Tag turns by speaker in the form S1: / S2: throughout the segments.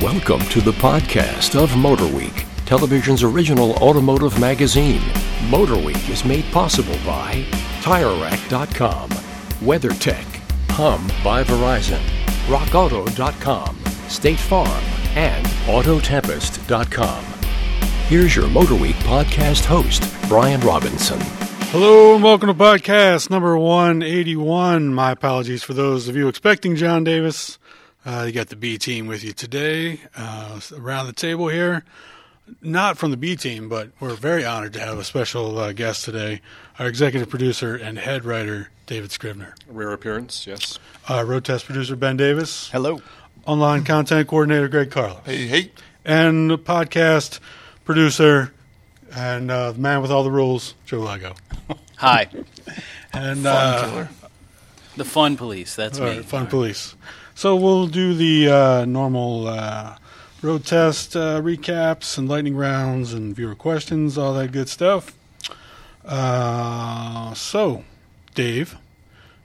S1: Welcome to the podcast of MotorWeek, television's original automotive magazine. MotorWeek is made possible by TireRack.com, WeatherTech, Hum by Verizon, RockAuto.com, State Farm, and AutoTempest.com. Here's your MotorWeek podcast host, Brian Robinson.
S2: Hello and welcome to podcast number 181. My apologies for those of you expecting John Davis. Uh, you got the B team with you today uh, around the table here. Not from the B team, but we're very honored to have a special uh, guest today, our executive producer and head writer, David Scribner,
S3: Rare appearance, yes.
S2: uh, road test producer, Ben Davis,
S4: Hello.
S2: online content coordinator, Greg Carlos,
S3: Hey, hey.
S2: and podcast producer and uh, the man with all the rules, Joe Lago.
S4: Hi.
S2: And uh,
S4: The fun police. That's
S2: All
S4: me.
S2: right, fun police. So we'll do the uh, normal uh, road test uh, recaps and lightning rounds and viewer questions, all that good stuff. Uh, so, Dave,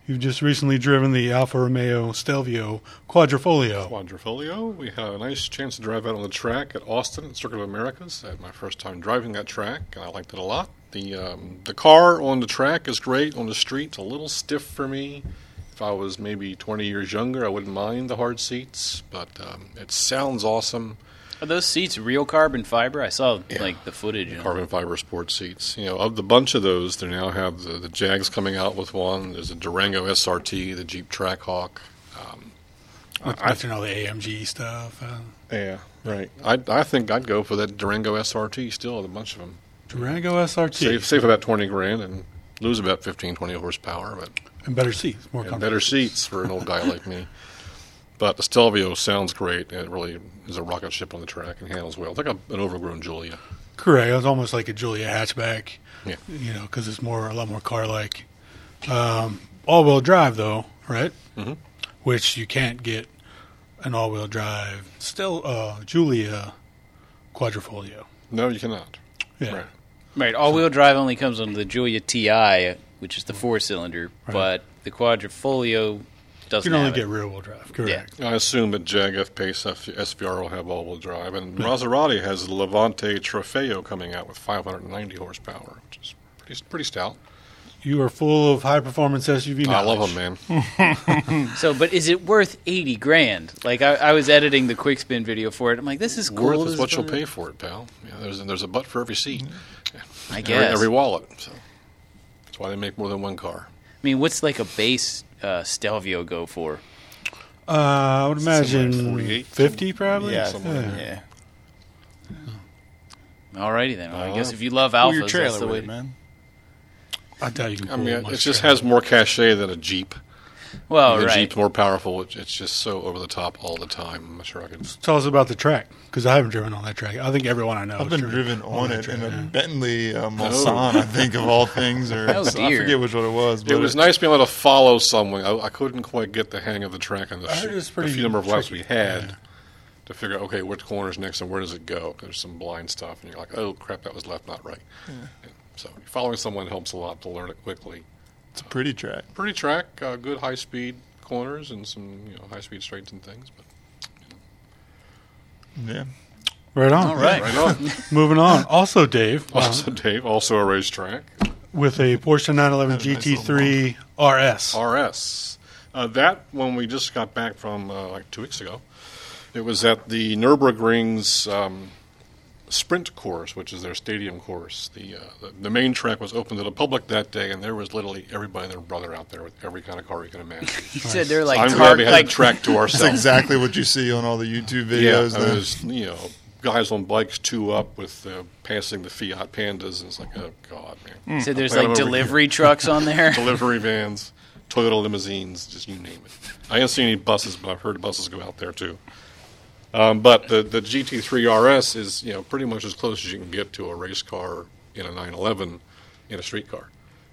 S2: you've just recently driven the Alfa Romeo Stelvio Quadrifoglio.
S3: Quadrifolio. We had a nice chance to drive out on the track at Austin at Circuit of Americas. I had my first time driving that track, and I liked it a lot. The um, the car on the track is great. On the street, it's a little stiff for me. If I was maybe 20 years younger, I wouldn't mind the hard seats, but um, it sounds awesome.
S4: Are those seats real carbon fiber? I saw like the footage. and-
S3: Carbon fiber sports seats. You know, of the bunch of those, they now have the, the Jags coming out with one. There's a Durango SRT, the Jeep Trackhawk.
S2: I you know the AMG stuff, uh,
S3: Yeah, right. I I think I'd go for that Durango SRT still, with a bunch of them.
S2: Durango SRT,
S3: Save save about twenty grand and lose about 15, 20 horsepower, but
S2: and better seats, more
S3: and
S2: comfortable.
S3: better seats for an old guy like me. But the Stelvio sounds great. and It really is a rocket ship on the track and handles well. It's like a, an overgrown Julia.
S2: Correct. It's almost like a Julia hatchback.
S3: Yeah.
S2: You know, because it's more a lot more car-like. Um, all-wheel drive though, right? Mm-hmm. Which you can't get an all-wheel drive still uh, Julia Quadrifoglio.
S3: No, you cannot.
S2: Yeah.
S3: Right.
S4: Right. All wheel drive only comes on the Julia Ti, which is the four cylinder, but the Quadrifoglio
S2: You
S4: doesn't.
S2: can only
S4: have it.
S2: get rear-wheel drive. Correct.
S3: I assume that Jag F Pace F- SVR will have all-wheel drive, and Maserati has the Levante Trofeo coming out with 590 horsepower, which is pretty pretty stout.
S2: You are full of high-performance SUV.
S3: I
S2: Knowledge.
S3: love them, man.
S4: So, but is it worth eighty grand? Like I, I was editing the quick spin video for it. I'm like, this is cool.
S3: worth
S4: this
S3: is what you'll
S4: fun.
S3: pay for it, pal. Yeah, there's there's a butt for every seat,
S4: I
S3: every,
S4: guess.
S3: every wallet. So that's why they make more than one car.
S4: I mean, what's like a base uh, Stelvio go for?
S2: Uh, I would
S3: Somewhere
S2: imagine
S3: 48,
S2: fifty, probably.
S5: Yeah,
S3: somewhere.
S5: Yeah.
S4: Alrighty then. Well, I
S3: Uh,
S4: guess if you love
S5: Pull
S4: alphas,
S5: your
S4: that's the
S5: trailer
S4: way.
S5: with it, man.
S2: I doubt you can.
S3: I
S2: pull
S3: mean,
S2: much
S3: it just
S2: trailer.
S3: has more cachet than a Jeep.
S4: Well,
S3: the
S4: Oh, right.
S3: Jeep's more powerful. It, it's just so over the top all the time. I'm not sure I could.
S2: Tell us about the track because I haven't driven on that track. I think everyone I know.
S5: I've
S2: has
S5: been driven on
S2: that
S5: it
S2: track,
S5: in a
S2: yeah.
S5: Bentley
S3: Oh.
S5: uh, Mulsanne, I think, of all things. Or
S4: Oh,
S5: I
S4: dear.
S5: forget which one it was. But
S3: It was nice being able to follow someone. I, I couldn't quite get the hang of the track on the,
S2: I heard it was
S3: the
S2: pretty
S3: few number of laps we
S2: tricky.
S3: had
S2: Yeah.
S3: to figure out okay which corner's next and where does it go. There's some blind stuff, and you're like, oh crap, that was left, not right. And so following someone helps a lot to learn it quickly.
S5: It's a pretty track.
S3: pretty track, uh, good high speed corners and some you know high speed straights and things. But
S5: Yeah.
S2: Right on.
S4: All right.
S3: right on.
S2: Moving on. Also, Dave, uh,
S3: also, Dave, also a racetrack.
S2: with a Porsche 911
S5: Had a nice
S2: GT3 RS.
S3: RS. Uh, that one we just got back from uh, like two weeks ago. It was at the Nurburgring's um, sprint course, which is their stadium course. The, uh, the the main track was open to the public that day, and there was literally everybody and their brother out there with every kind of car you can imagine.
S4: You said they're like
S3: I'm
S4: tar-
S3: glad we had
S4: like
S3: the track to
S5: That's
S3: ourselves.
S5: exactly what you see on all the YouTube videos.
S3: Yeah,
S5: now.
S3: there's you know guys on bikes two up with uh, passing the Fiat Pandas, and it's like, oh god, man,
S4: So there's
S3: Play them
S4: like
S3: over
S4: delivery trucks on there.
S3: delivery vans, Toyota limousines, just you name it. I haven't seen any buses, but I've heard buses go out there too. Um, but the the GT3 RS is you know pretty much as close as you can get to a race car in a 911 in a street car,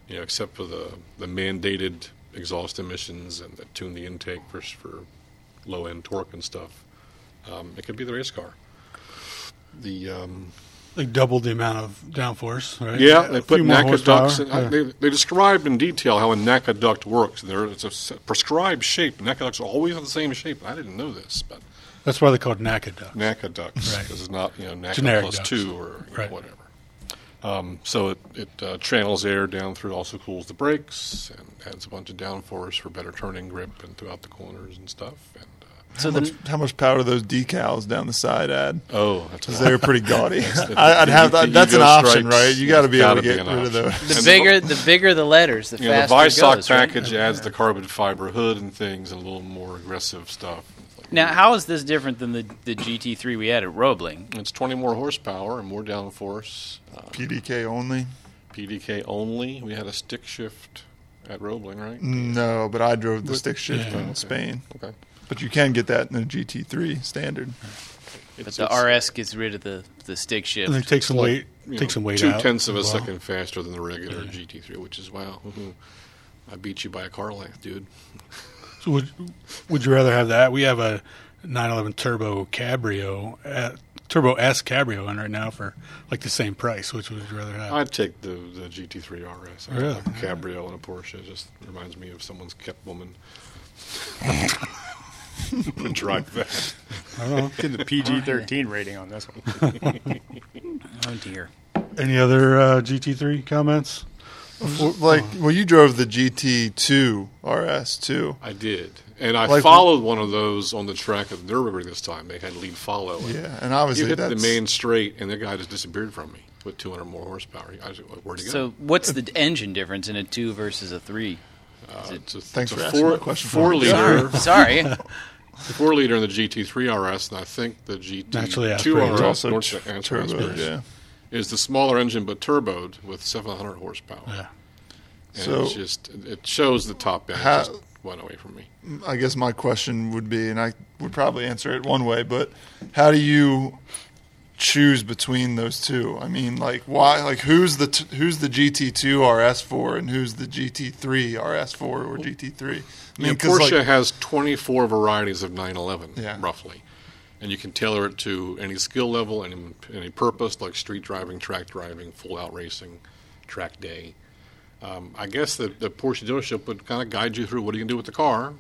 S3: you know, except for the the mandated exhaust emissions and the tune the intake for for low end torque and stuff. Um, it could be the race car. The um,
S2: like doubled the amount of downforce, right?
S3: Yeah,
S2: A
S3: they put
S2: few more
S3: NACA
S2: horsepower.
S3: ducts. In, uh,
S2: Yeah.
S3: they, they described in detail how a NACA duct works. There, it's a s- prescribed shape. NACA ducts are always the same shape. I didn't know this, but
S2: That's why they're called NACA ducts.
S3: NACA ducts.
S2: Right.
S3: This is not you know NACA
S2: Generic
S3: plus
S2: ducts.
S3: two or you know,
S2: Right.
S3: whatever. Um, so it, it uh, channels air down through, also cools the brakes, and adds a bunch of downforce for better turning grip and throughout the corners and stuff. And uh,
S4: So
S5: How much,
S4: the
S5: how much power do those decals down the side add?
S3: oh, that's a
S5: Because
S3: lot.
S5: they're pretty gaudy.
S3: the-
S5: I, I'd
S3: the-
S5: have
S3: the
S5: that. That's an
S3: ego
S5: option,
S3: strikes.
S5: right? You got to be able
S3: That's
S5: to
S3: gotta
S5: get
S3: an
S5: rid of
S3: option.
S5: those.
S4: the
S3: And
S4: bigger the bigger the letters, the
S3: you know, the
S4: faster it
S3: Visoc
S4: goes. right?
S3: package adds the carbon fiber hood and things, and a little more aggressive stuff. It's like-
S4: Now, how is this different than the, the GT3 we had at Roebling?
S3: It's 20 more horsepower and more downforce. Uh,
S5: PDK only?
S3: PDK only. We had a stick shift at Roebling, right?
S2: Mm.
S5: No, but I drove the stick shift
S2: yeah,
S5: in
S3: okay.
S5: Spain.
S3: Okay.
S5: But you can get that in a GT3 standard.
S4: But
S3: It's-
S4: the
S3: it's,
S4: RS gets rid of the, the stick
S2: And they
S4: shift.
S2: take some
S3: like,
S2: weight,
S3: you
S2: take
S3: know,
S2: some weight
S3: two
S2: out.
S3: tenths of a
S2: as well.
S3: second faster than the regular GT3, which is wow.
S2: Mm-hmm.
S3: woohoo. I beat you by a car length, dude.
S2: So would would you rather have that? We have a 911 Turbo Cabrio, uh, Turbo S Cabrio, on right now for like the same price. Which would you rather have?
S3: I'd take the, the GT3 RS. I
S2: Really?
S3: like a Cabrio and a Porsche. It just reminds me of someone's kept woman. Would drive that.
S6: Get the PG 13 rating on this one.
S4: Oh dear.
S2: Any other uh, GT3 comments?
S5: Well, like, well, you drove the GT2 RS too.
S3: I did, and I
S5: Like-
S3: followed one of those on the track at Nurburgring this time. They had lead follow. and
S5: Yeah, and obviously
S3: You hit the
S5: that's
S3: main straight, and the guy just disappeared from me with 200 more horsepower. I was like, where'd he go?
S4: So, what's the engine difference in a two versus a three?
S3: Uh, it's a,
S5: Thanks
S3: it's
S5: for
S3: a
S5: asking
S3: four,
S5: that question.
S3: Four liter,
S4: Sorry,
S3: four liter in the GT3 RS, and I think the
S2: Naturally
S3: GT2
S2: aspirated.
S3: RS
S5: it's also
S3: North-
S5: tr-
S3: North-
S5: turbo.
S3: North-
S5: Yeah.
S3: is the smaller engine but turboed with 700 horsepower.
S2: Yeah.
S3: And
S5: So-
S3: it's just it shows the top end.
S5: How-
S3: it just went away from me.
S5: I guess my question would be, and I would probably answer it one way, but how do you choose between those two? I mean, like why? Like who's the t- who's the GT2 RS for, and who's the GT3 RS for, or GT3? I
S3: I mean,
S5: 'cause,
S3: Porsche
S5: like,
S3: has 24 varieties of 911,
S5: Yeah.
S3: roughly. And you can tailor it to any skill level, any, any purpose, like street driving, track driving, full out racing, track day. Um, I guess the, the Porsche dealership would kind of guide you through what you can do with the car,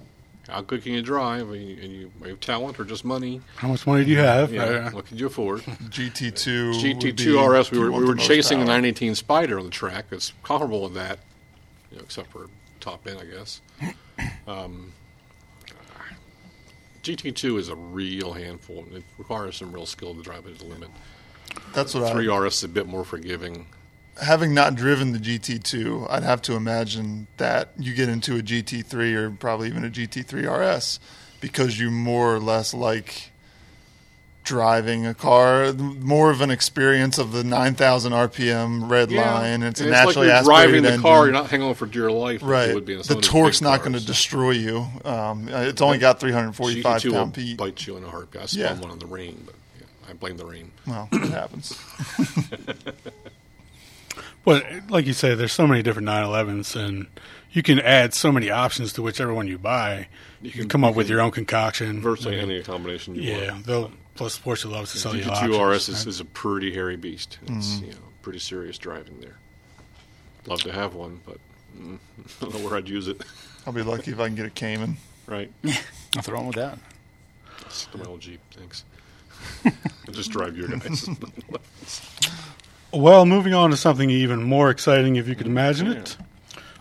S3: how good can you drive, and you, and you, you have talent or just money.
S2: How much money do you have?
S3: You know, What can you afford?
S5: GT2 would be-
S3: GT2 RS, we
S5: you
S3: were,
S5: want
S3: we
S5: the
S3: were
S5: most
S3: chasing a
S5: power.
S3: 918 Spider on the track. It's comparable with that, you know, except for top end, I guess. Um, GT2 is a real handful. and It requires some real skill to drive it to the limit.
S5: That's what I
S3: 3 RS is a bit more forgiving.
S5: having not driven the GT2, I'd have to imagine that you get into a GT3 or probably even a GT3 RS because you more or less like driving a car, more of an experience of the 9,000 RPM red line. It's a
S3: And
S5: naturally
S3: it's like you're driving
S5: aspirated
S3: the
S5: engine.
S3: car, you're not hanging on for dear life. as you
S5: Right.
S3: would be in some
S5: The
S3: of these
S5: torque's
S3: big
S5: not going to
S3: cars.
S5: destroy you. Um, it's only got 345
S3: GT2 will
S5: pound feet.
S3: bite you in a heartbeat. I spun
S5: Yeah.
S3: one on the rain, but yeah, I blame the rain.
S5: Well, it happens.
S2: But like you say, there's so many different 911s, and you can add so many options to whichever one you buy. You can come up with your own concoction.
S3: Virtually any combination you want.
S2: yeah. They'll, plus, Porsche loves to sell you options.
S3: GT2 RS is, is a pretty hairy beast. It's you know pretty serious driving there. Love to have one, but mm, I don't know where I'd use it.
S5: I'll be lucky if I can get a Cayman.
S3: Right,
S6: Nothing wrong with that.
S3: it's my old Jeep. Thanks. I'll just drive your guys.
S2: Well, moving on to something even more exciting, if you could imagine it.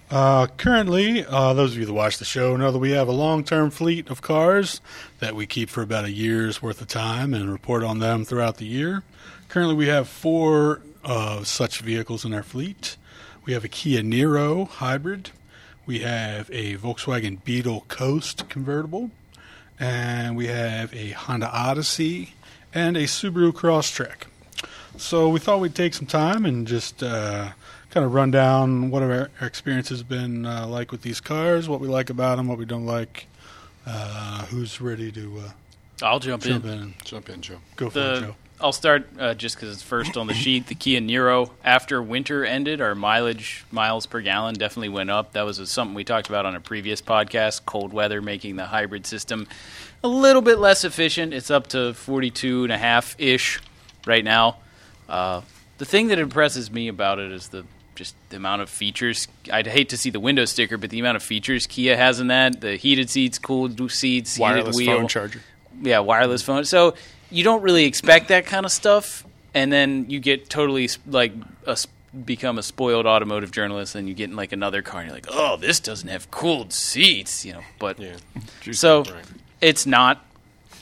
S2: Uh, currently, uh, those of you that watch the show know that we have a long term fleet of cars that we keep for about a year's worth of time and report on them throughout the year. Currently, we have four uh, such vehicles in our fleet. We have a Kia Niro hybrid, we have a Volkswagen Beetle Coast convertible, and we have a Honda Odyssey and a Subaru Crosstrek. So we thought we'd take some time and just uh, kind of run down what our our experience has been uh, like with these cars, what we like about them, what we don't like. Uh, who's ready to uh,
S4: I'll jump
S2: jump
S4: in.
S2: in and
S3: Jump in, Joe.
S2: go for it,
S4: The
S2: Joe?
S4: I'll start uh, just because it's first on the sheet. The Kia Niro. After winter ended, our mileage miles per gallon definitely went up. That was something we talked about on a previous podcast. Cold weather making the hybrid system a little bit less efficient. It's up to 42 and a half ish right now. Uh, the thing that impresses me about it is the just the amount of features. I'd hate to see the window sticker, but the amount of features Kia has in that: the heated seats, cooled seats,
S6: Wireless
S4: heated wheel,
S6: phone charger.
S4: yeah, wireless phone. So you don't really expect that kind of stuff, and then you get totally like a, s- become a spoiled automotive journalist, and you get in like another car, and you're like, oh, this doesn't have cooled seats, you know. But
S3: Yeah.
S4: so
S3: Right.
S4: it's not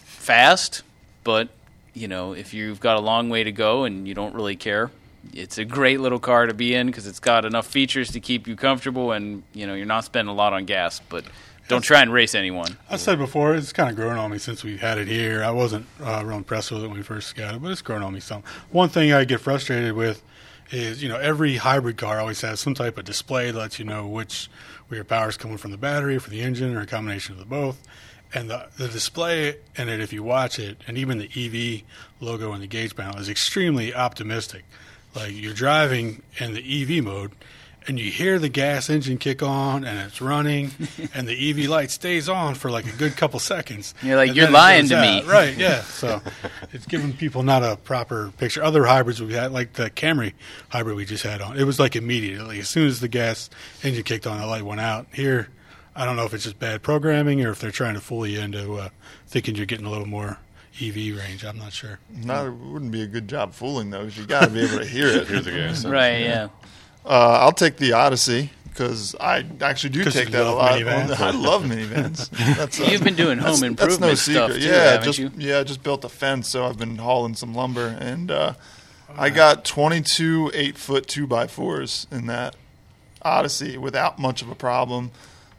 S4: fast, but you know, if you've got a long way to go and you don't really care. It's a great little car to be in because it's got enough features to keep you comfortable, and you know you're not spending a lot on gas. But don't try and race anyone.
S2: I said before, it's kind of grown on me since we had it here. I wasn't uh, real impressed with it when we first got it, but it's grown on me some. One thing I get frustrated with is, you know, every hybrid car always has some type of display that lets you know which where your power's coming from the battery, for the engine, or a combination of the both. And the, the display in it, if you watch it, and even the EV logo and the gauge panel is extremely optimistic. Like you're driving in the EV mode, and you hear the gas engine kick on and it's running and the EV light stays on for like a good couple seconds.
S4: You're like,
S2: and
S4: "You're
S2: then it
S4: lying
S2: goes
S4: to me."
S2: out. Right, yeah. So it's giving people not a proper picture. Other hybrids we had, like the Camry hybrid we just had on, it was like immediately. As soon as the gas engine kicked on, the light went out. Here, I don't know if it's just bad programming or if they're trying to fool you into uh, thinking you're getting a little more EV range. I'm not sure.
S5: Not, it wouldn't be a good job fooling though, 'cause you got to be able to hear it.
S3: Here's the gas.
S4: Right? yeah.
S5: Uh, I'll take the Odyssey because I actually do
S2: 'Cause
S5: take
S2: you
S5: that a
S2: love
S5: lot.
S2: minivans.
S5: I love minivans. That's, uh,
S4: You've been doing home improvement stuff too,
S5: yeah,
S4: haven't
S5: just
S4: you?
S5: yeah, just built a fence, so I've been hauling some lumber, and uh, I got 22 eight foot two by fours in that Odyssey without much of a problem.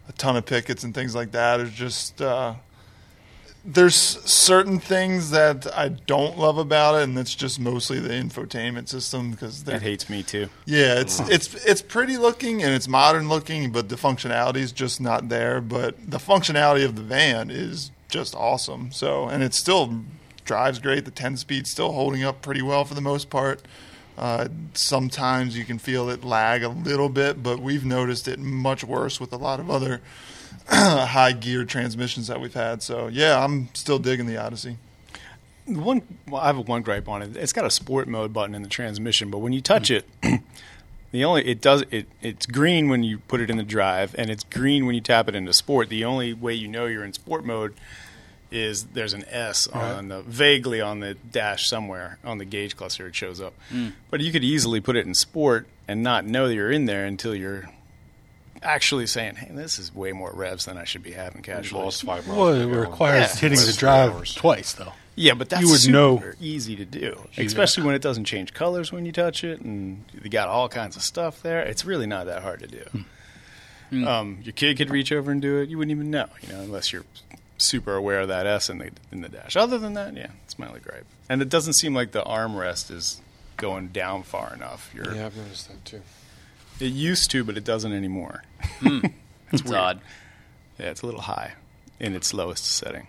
S5: A ton of pickets and things like that. It's just uh, there's certain things that I don't love about it, and that's just mostly the infotainment system because
S6: That hates me too.
S5: yeah, it's it's it's pretty looking and it's modern looking, but the functionality is just not there. But the functionality of the van is just awesome. So and it still drives great. The ten speed's still holding up pretty well for the most part. Uh, sometimes you can feel it lag a little bit, but we've noticed it much worse with a lot of other high gear transmissions that we've had. So yeah, I'm still digging the Odyssey.
S6: The one well, I have one gripe on it. It's got a sport mode button in the transmission, but when you touch it, the only it does it it's green when you put it in the drive, and it's green when you tap it into sport. The only way you know you're in sport mode is there's an S on the vaguely on the dash somewhere on the gauge cluster it shows up. But you could easily put it in sport and not know that you're in there until you're actually saying, "Hey, this is way more revs than I should be having casually."
S3: Lost five miles.
S2: Well,
S3: per
S2: it
S3: gallon.
S2: requires hitting the
S3: Less than
S2: drive
S3: hours.
S2: twice, though.
S6: Yeah, but that's
S2: You would
S6: super
S2: know.
S6: easy to do, especially when it doesn't change colors when you touch it, and you got all kinds of stuff there. It's really not that hard to do.
S2: Hmm.
S6: Um, your kid could reach over and do it; you wouldn't even know, you know, unless you're super aware of that S in the in the dash. Other than that, yeah, it's my only gripe. And it doesn't seem like the armrest is going down far enough. You're,
S3: Yeah, I've noticed that too.
S6: It used to, but it doesn't anymore.
S4: It's odd.
S6: Yeah, it's a little high in its lowest setting.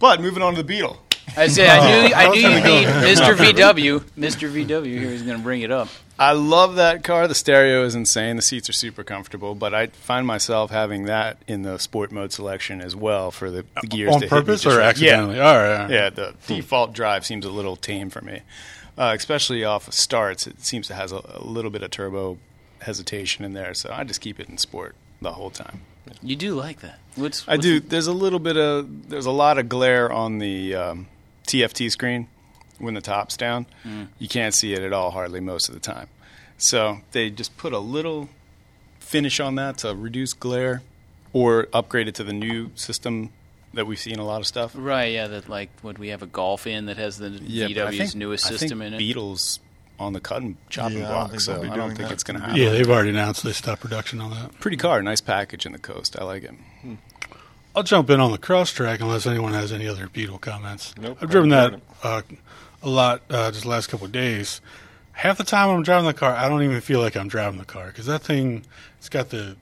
S6: But moving on to the Beetle.
S4: I say I knew I
S6: was
S4: knew
S6: gonna
S4: you
S6: go
S4: need Mr. VW. Mr. VW here is going to bring it up.
S6: I love that car. The stereo is insane. The seats are super comfortable, but I find myself having that in the sport mode selection as well for the, the gears.
S2: Uh, On
S6: to hit me
S2: purpose
S6: just
S2: or
S6: right.
S2: accidentally?
S6: Yeah,
S2: All right. all right.
S6: yeah the default drive seems a little tame for me, uh, especially off of starts. It seems to has a, a little bit of turbo hesitation in there, so I just keep it in sport the whole time.
S4: You do like that? What's,
S6: I
S4: what's-
S6: do. There's a little bit of there's a lot of glare on the um, TFT screen when the top's down. You can't see it at all hardly most of the time. So they just put a little finish on that to reduce glare, or upgrade it to the new system that we've seen a lot of stuff.
S4: Right? Yeah. That like would we have a Golf in that has the
S6: but I
S4: VW's
S6: think-
S4: newest
S6: I think
S4: system in it?
S6: Beatles on the cutting chopping
S5: Yeah, I don't
S6: block,
S5: think
S6: so
S5: they'll be
S6: I don't
S5: doing
S6: think
S5: that.
S6: it's going to happen.
S2: Yeah, they've already announced they stopped production on that.
S6: Pretty car, nice package in the coast. I like it.
S2: I'll jump in on the cross track unless anyone has any other Beetle comments.
S3: Nope,
S2: I've driven
S3: I
S2: that
S3: haven't
S2: uh, a lot uh, just the last couple of days. Half the time I'm driving the car, I don't even feel like I'm driving the car because that thing, it's got the,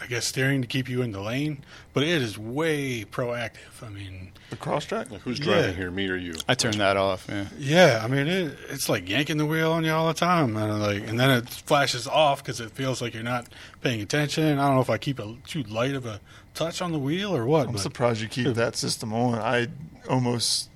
S2: I guess, steering to keep you in the lane, but it is way proactive. I mean,
S5: The Crosstrack.
S3: Like, who's
S2: Yeah.
S3: driving here, me or you?
S6: I turned that off. Yeah.
S2: yeah, I mean, it, it's like yanking the wheel on you all the time, and I'm like, and then it flashes off because it feels like you're not paying attention. I don't know if I keep a too light of a touch on the wheel or what.
S5: I'm
S2: but-
S5: surprised you keep that system on. I almost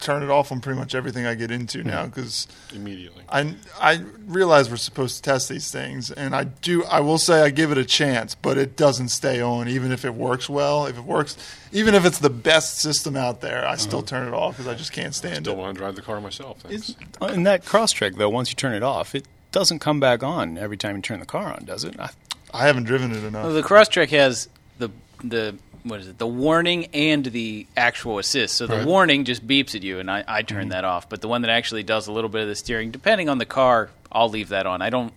S5: turn it off on pretty much everything I get into now because
S3: immediately.
S5: I I realize we're supposed to test these things, and I do. I will say I give it a chance, but it doesn't stay on. Even if it works well, if it works, even if it's the best system out there, I still turn it off because I just can't stand
S3: Don't
S5: it.
S3: Uh-huh. want to drive the car myself. Thanks.
S6: And uh, that Crosstrek though, once you turn it off, it doesn't come back on every time you turn the car on, does it? I,
S5: I haven't driven it enough.
S4: Well, the Crosstrek has the the what is it? The warning and the actual assist. So the
S5: Right.
S4: warning just beeps at you, and I, I turn
S6: Mm-hmm.
S4: that off. But the one that actually does a little bit of the steering, depending on the car, I'll leave that on. I don't.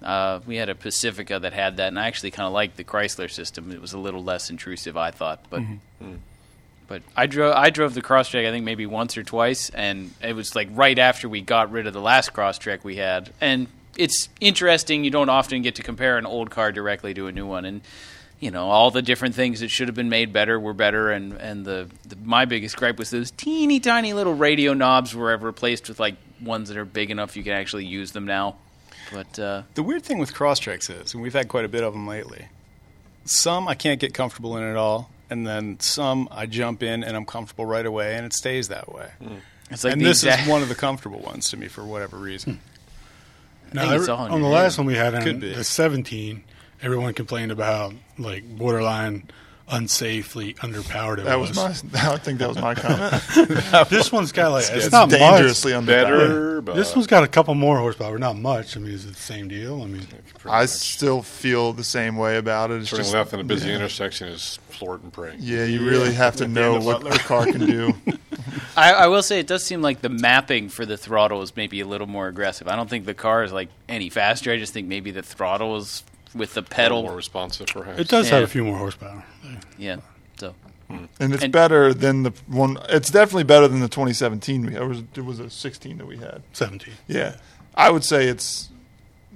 S4: Uh, we had a Pacifica that had that, and I actually kind of liked the Chrysler system. It was a little less intrusive, I thought, but.
S6: Mm-hmm.
S4: But I drove I drove the Crosstrek I think maybe once or twice, and it was like right after we got rid of the last Crosstrek we had, and it's interesting. You don't often get to compare an old car directly to a new one, and you know all the different things that should have been made better were better, and and the, the my biggest gripe was those teeny tiny little radio knobs were replaced with like ones that are big enough you can actually use them now. But uh,
S6: the weird thing with Crosstreks is, and we've had quite a bit of them lately. Some I can't get comfortable in at all, and then some I jump in and I'm comfortable right away, and it stays that way.
S4: Hmm. it's like
S6: and
S4: the
S6: this
S4: exact- Hmm.
S6: is one of the comfortable ones to me for whatever reason.
S2: No,
S4: think
S2: every-
S4: it's all in
S2: on the
S4: your
S2: last
S4: head.
S2: one we had
S6: Could
S2: on
S6: be.
S2: the 17, everyone complained about like borderline unsafely underpowered it
S5: that was my. I think that was my comment.
S2: This one's got like it's,
S5: it's
S2: not
S5: dangerously
S2: much.
S5: underpowered.
S3: Better, but
S2: This one's got a couple more horsepower, not much. I mean, is it the same deal? I mean,
S5: I still feel the same way about it. It's
S3: turning
S5: just
S3: left in a busy
S5: yeah.
S3: intersection is floored and praying.
S5: Yeah, you really have to know what the car can do.
S4: I, I will say it does seem like the mapping for the throttle is maybe a little more aggressive. I don't think the car is like any faster. I just think maybe the throttle is with the
S3: A little more
S4: pedal.
S3: responsive, perhaps.
S2: it does
S4: Yeah.
S2: have a few more horsepower.
S4: Yeah. So
S5: And it's
S4: And-
S5: better than the one. It's definitely better than the 2017 we had. It was, it was a 16 that we had.
S2: 17.
S5: Yeah, I would say it's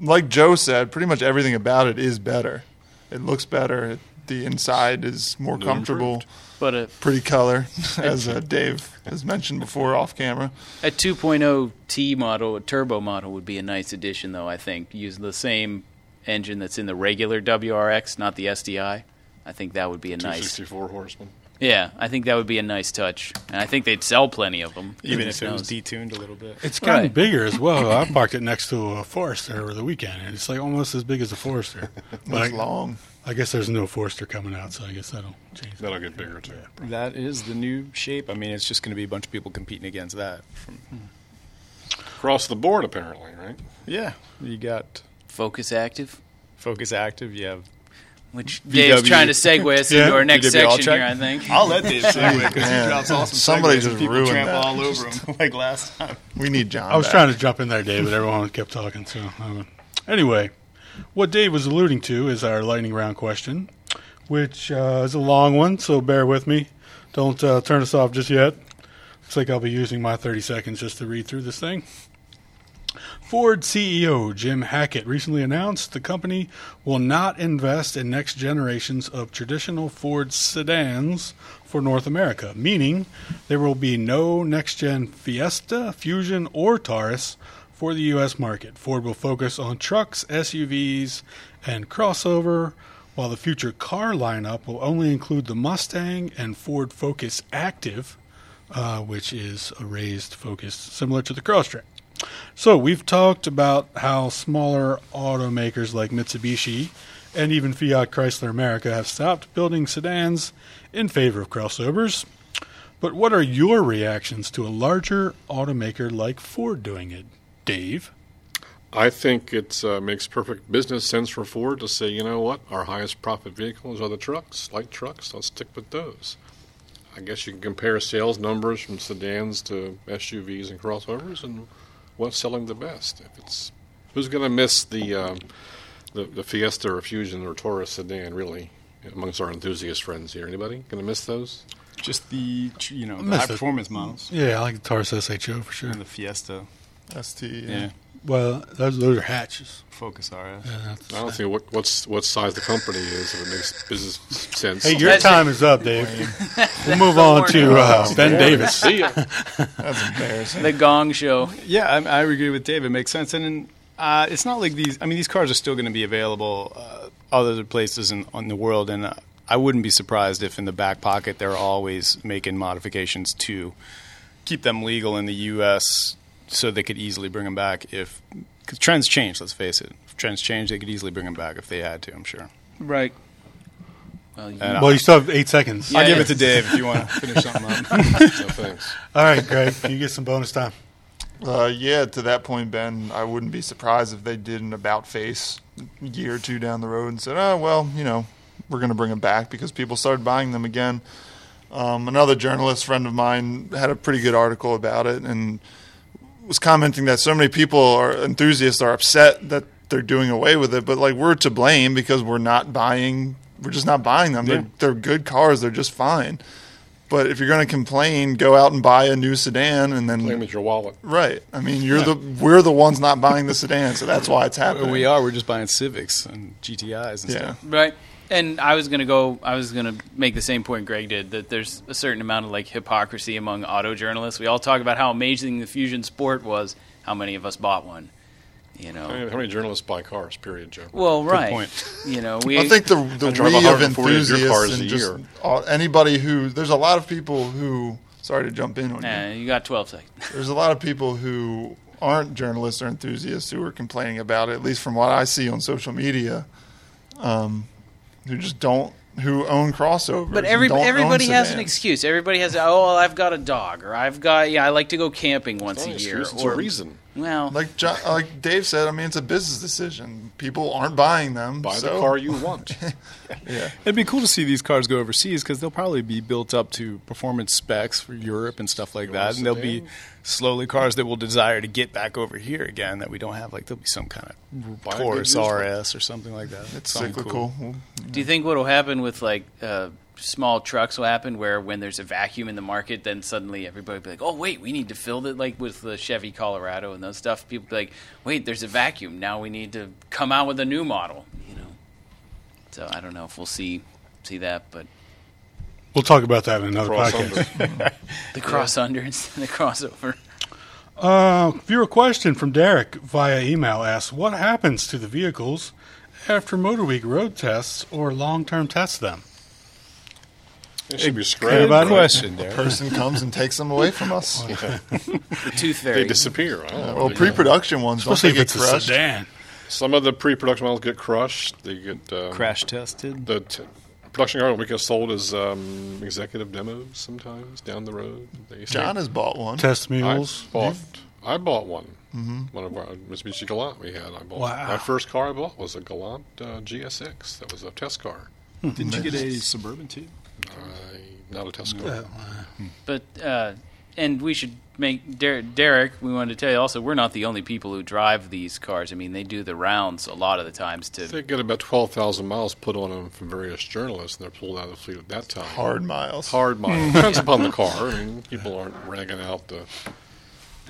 S5: like Joe said. Pretty much everything about it is better. It looks better. It, the inside is more comfortable.
S4: But a,
S5: Pretty color, as uh, Dave has mentioned before off camera.
S4: a 2.0 T model, a turbo model, would be a nice addition, though, I think. Use the same engine that's in the regular WRX, not the SDI. I think that would be a nice.
S3: 264 horsemen.
S4: Yeah, I think that would be a nice touch. And I think they'd sell plenty of them.
S6: Even
S4: Goodness
S6: if it was
S4: knows.
S6: detuned a little bit.
S2: It's gotten
S4: Right.
S2: bigger as well. I parked it next to a Forester over the weekend, and it's like almost as big as a Forester. But
S5: It's
S2: I,
S5: long.
S2: I guess there's no Forester coming out, so I guess that'll change.
S3: That'll get bigger too.
S6: That is the new shape. I mean, it's just going to be a bunch of people competing against that.
S4: Hmm.
S3: Across the board, apparently, right?
S6: Yeah, you got
S4: Focus Active,
S6: Focus Active. You have.
S4: which Dave's
S6: VW.
S4: trying to segue us into our next
S6: VW all
S4: section
S6: track.
S4: here, I think.
S6: I'll let Dave segue because
S5: Man.
S6: he drops awesome.
S5: Somebody
S6: segues
S5: just
S6: and people
S5: ruined
S6: trample
S5: that.
S6: all over him like last time.
S5: We need John.
S2: I was
S5: back.
S2: trying to jump in there, Dave, but everyone kept talking. So, um, anyway, what Dave was alluding to is our lightning round question, which uh, is a long one, so bear with me. Don't uh, turn us off just yet. Looks like I'll be using my 30 seconds just to read through this thing. Ford CEO Jim Hackett recently announced the company will not invest in next generations of traditional Ford sedans for North America, meaning there will be no next gen Fiesta, Fusion, or Taurus for the U.S. market. Ford will focus on trucks, SUVs, and crossover, while the future car lineup will only include the Mustang and Ford Focus Active, uh, which is a raised Focus similar to the Crosstrek. So we've talked about how smaller automakers like Mitsubishi and even Fiat Chrysler America have stopped building sedans in favor of crossovers. But what are your reactions to a larger automaker like Ford doing it, Dave?
S3: I think it uh, makes perfect business sense for Ford to say, you know what, our highest profit vehicles are the trucks, light trucks. Let's stick with those. I guess you can compare sales numbers from sedans to SUVs and crossovers, and what's selling the best. If it's who's going to miss the, um, the the Fiesta or Fusion or Taurus sedan, really, amongst our enthusiast friends here? Anybody going to miss those?
S6: Just the tr- you know the
S2: Missed
S6: high
S2: it.
S6: performance models
S2: Yeah, I like the Taurus SHO for sure.
S6: and the Fiesta.
S5: ST.
S6: Yeah,
S2: Well, those, those are hatches.
S6: Focus RS.
S3: I don't think what what's what size the company is. If it makes business sense.
S2: Hey, your
S4: That's it.
S2: time is up, Dave. We'll move on to uh, Ben Davis.
S3: See ya.
S5: That's embarrassing.
S4: The Gong Show.
S6: Yeah, I, I agree with Dave. It makes sense, and, and uh, it's not like these. I mean, these cars are still going to be available uh, other places in on the world, and uh, I wouldn't be surprised if in the back pocket they're always making modifications to keep them legal in the U.S. so they could easily bring them back if cause trends change. Let's face it, if trends change. They could easily bring them back if they had to. I'm sure.
S4: Right. Well, you,
S6: And
S2: Well, you still have eight seconds.
S6: I'll
S4: Yeah.
S6: give it to Dave if you want to finish something up.
S3: So thanks.
S2: All right, Greg, you get some bonus time.
S5: Uh, yeah, to that point, Ben, I wouldn't be surprised if they did an about face a year or two down the road and said, oh, well, you know, we're going to bring them back because people started buying them again. Um, another journalist friend of mine had a pretty good article about it and was commenting that so many people are enthusiasts are upset that they're doing away with it, but like we're to blame because we're not buying, we're just not buying them.
S6: Yeah.
S5: They're, they're good cars, they're just fine. But if you're going to complain, go out and buy a new sedan and then
S3: Blame is your wallet.
S5: Right. I mean, you're the we're the ones not buying the sedan, so that's why it's happening.
S6: we are. We're just buying Civics and GTIs and
S5: Yeah.
S6: stuff.
S4: Right. And I was gonna go. I was gonna make the same point Greg did that there's a certain amount of like hypocrisy among auto journalists. We all talk about how amazing the Fusion Sport was. How many of us bought one? You know.
S3: I mean, how many journalists buy cars? Period, Joe.
S4: well, right.
S6: point.
S4: You know, we.
S5: I think the the
S3: drive
S5: we of
S3: 140 of your cars
S5: enthusiasts
S3: a
S5: and just
S3: year.
S5: all, anybody who there's a lot of people who sorry to jump in on
S4: Nah,
S5: you.
S4: you got 12 seconds.
S5: There's a lot of people who aren't journalists or enthusiasts who are complaining about it. At least from what I see on social media, um, who just don't who own crossovers.
S4: But
S5: and
S4: every,
S5: don't own
S4: everybody has an
S5: sedans.
S4: excuse. Everybody has, oh, well, I've got a dog, or I've got, yeah, I like to go camping once
S3: It's
S4: a
S3: not an
S4: year.
S3: excuse, it's a
S4: or,
S3: reason.
S4: Well,
S5: Like Jo- like Dave said, I mean, it's a business decision. People aren't buying them.
S3: Buy
S5: so,
S3: the car you want.
S5: Yeah.
S6: It'd be cool to see these cars go overseas because they'll probably be built up to performance specs for Europe and stuff like that, and they'll be slowly cars that we'll desire to get back over here again that we don't have. Like there'll be some kind of
S3: Buy a good
S6: Taurus
S3: used one.
S6: RS or something like that.
S5: It's
S6: Something
S5: cyclical. We'll
S4: do you think what will happen with, like, uh, small trucks will happen where when there's a vacuum in the market, then suddenly everybody will be like, oh, wait, we need to fill it, like with the Chevy Colorado and those stuff. People be like, wait, there's a vacuum. Now we need to come out with a new model, you know? So I don't know if we'll see see that, but
S2: We'll talk about that in another
S3: Cross
S2: podcast.
S3: under.
S4: the cross under instead of the crossover.
S2: Uh, viewer question from Derek via email asks, "What happens to the vehicles after Motor Week road tests or long-term tests them?"
S3: It should be
S6: Good
S3: scrapped.
S2: about it?
S6: question there.
S5: person comes and takes them away from us.
S4: The tooth
S3: They
S4: fairy.
S3: disappear. I don't know.
S5: Well,
S3: They-
S5: pre-production ones don't
S2: Especially
S5: they
S2: if
S5: get
S2: it's a
S5: crushed?
S2: sedan.
S3: Some of the pre-production models get crushed. They get um,
S6: Crash tested.
S3: The t- production car will get sold as um, executive demos sometimes down the road. They
S5: John has bought one.
S2: Test
S3: I
S2: mules. Mm-hmm.
S3: bought. I bought one. One of our Mitsubishi Galant we had. I bought
S2: Wow.
S3: my first car. I bought was a Galant uh, GSX. That was a test car.
S6: Didn't you get a suburban too?
S3: I, not a test car.
S4: But uh, and we should make Der- Derek. We wanted to tell you also we're not the only people who drive these cars. I mean, they do the rounds a lot of the times to.
S3: They get about twelve thousand miles put on them from various journalists, and they're pulled out of the fleet at that time.
S5: Hard miles.
S3: hard miles. Depends upon the car. I mean, people aren't ragging out the.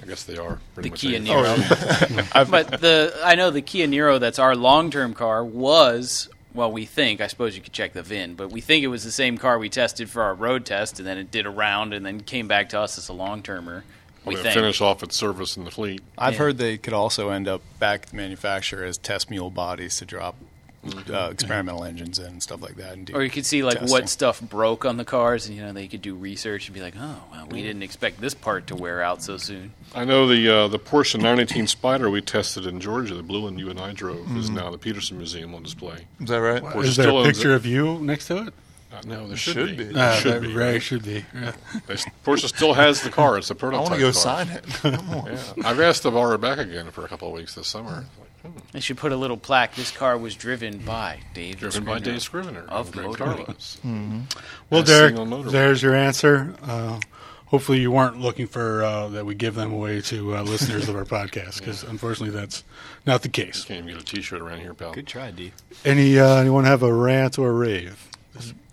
S3: I guess they are.
S4: The
S3: Pretty much
S4: Kia
S3: every-
S4: Niro, but the I know the Kia Niro that's our long-term car was well we think I suppose you could check the VIN, but we think it was the same car we tested for our road test, and then it did a round, and then came back to us as a long-termer. We
S3: We're gonna
S4: think
S3: finish off its service in the fleet.
S6: I've
S4: Yeah.
S6: heard they could also end up back at the manufacturer as test mule bodies to drop uh, experimental engines in and stuff like that. And do
S4: Or you could see like
S6: testing.
S4: what stuff broke on the cars, and you know they could do research and be like, "Oh, well, we didn't expect this part to wear out so soon."
S3: I know the uh, the Porsche 918 Spider we tested in Georgia, the blue one you and I drove, is
S2: Mm-hmm.
S3: now the Peterson Museum on display.
S5: Is that right?
S3: Porsche
S2: Is there
S3: still
S2: a
S3: owns
S2: picture
S3: it.
S2: of you next to it?
S3: Uh, no, there should,
S5: should
S3: be.
S5: be.
S3: There
S2: Uh,
S3: should
S2: that-
S3: be.
S2: Right, should be. Yeah.
S3: They, Porsche still has the car. It's a
S5: I
S3: prototype.
S5: want to go
S3: car.
S5: sign it. Come on.
S3: Yeah. I've asked to borrow it back again for a couple of weeks this summer. Like, hmm,
S4: They should put a little plaque. This car was driven by Dave.
S3: driven by
S4: Scrivener."
S3: Dave Scrivener
S4: Of
S3: and Greg
S4: Motor
S3: Carlos.
S2: Well,
S3: Best thing
S2: Derek,
S3: on Motor Week.
S2: there's your answer. Uh, hopefully, you weren't looking for uh, that we give them away to uh, listeners of our podcast because unfortunately, that's not the case.
S3: Can't even get a T-shirt around here, pal.
S6: Good try, D.
S2: Any uh, anyone have a rant or a rave?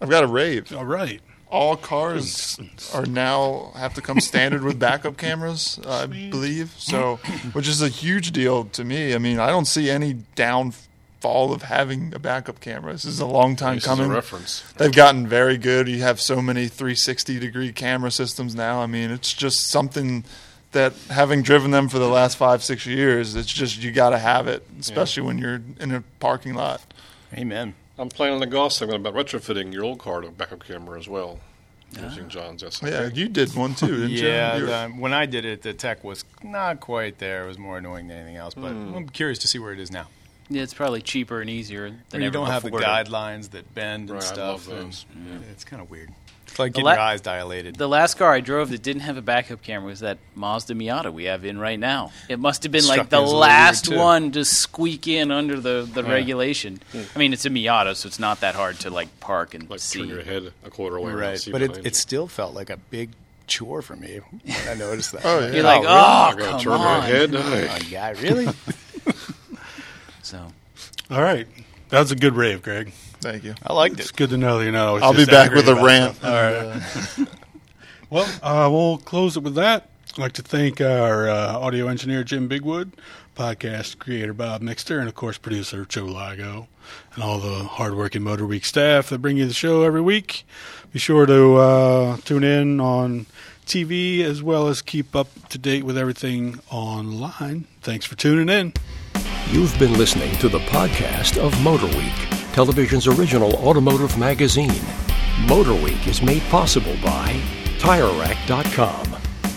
S5: I've got a rave.
S2: All right.
S5: All cars are now have to come standard with backup cameras, I believe. So, which is a huge deal to me. I mean, I don't see any downfall of having a backup camera. This is a long time
S3: This
S5: coming.
S3: is a reference.
S5: They've gotten very good. You have so many 360 degree camera systems now. I mean, it's just something that having driven them for the last five, six years, it's just you got to have it, especially when you're in a parking lot.
S6: Amen.
S3: I'm planning a golf segment about retrofitting your old car to a backup camera as well. using John's SSD.
S5: Oh, Yeah, you did one too, didn't you?
S6: Yeah,
S5: you? were-
S6: the- when I did it, the tech was not quite there. It was more annoying than anything else. But
S3: Hmm.
S6: I'm curious to see where it is now.
S4: Yeah, it's probably cheaper and easier than
S6: Where you
S4: ever
S6: don't have the
S4: before to-
S6: guidelines that bend and
S3: Right, I
S6: stuff.
S3: love
S6: and-
S3: those.
S6: Yeah, It's kind of weird. It's like
S4: The
S6: getting
S4: la-
S6: your eyes dilated.
S4: The last car I drove that didn't have a backup camera was that Mazda Miata we have in right now. It must have been
S6: Struck
S4: like
S6: me
S4: the
S6: as a little
S4: last
S6: weird, too.
S4: one to squeak in under the, the regulation.
S6: Hmm.
S4: I mean, it's a Miata, so it's not that hard to like park and
S3: Like
S4: see.
S3: turn your head a quarter way. around and
S6: right,
S3: see
S6: but it,
S3: behind
S6: it
S3: you.
S6: still felt like a big chore for me. when I noticed that.
S5: Oh, yeah.
S4: You're like,
S6: really?
S4: oh,
S3: I gotta
S4: come
S3: turn
S4: on.
S3: my head. Aye.
S6: Oh, yeah, really?
S4: So
S2: All right. That was a good rave, Greg.
S5: Thank you.
S6: I liked it.
S2: It's good to know that you're not always
S5: I'll be
S2: just
S5: back
S2: angry
S5: with a
S2: about
S5: rant.
S2: stuff. Well, uh, we'll close it with that. I'd like to thank our uh, audio engineer, Jim Bigwood, podcast creator, Bob Mixter, and of course, producer, Joe Lago, and all the hardworking Motor Week staff that bring you the show every week. Be sure to uh, tune in on TV as well as keep up to date with everything online. Thanks for tuning in.
S1: You've been listening to the podcast of Motor Week, television's original automotive magazine. Motor Week is made possible by TireRack.com,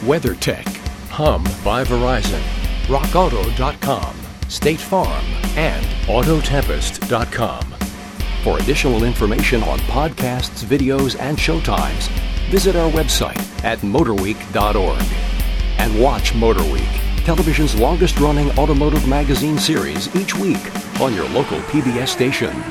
S1: WeatherTech, Hum by Verizon, RockAuto.com, State Farm, and AutoTempest.com. For additional information on podcasts, videos, and showtimes, visit our website at motorweek.org and watch Motor Week, television's longest running automotive magazine series each week on your local PBS station.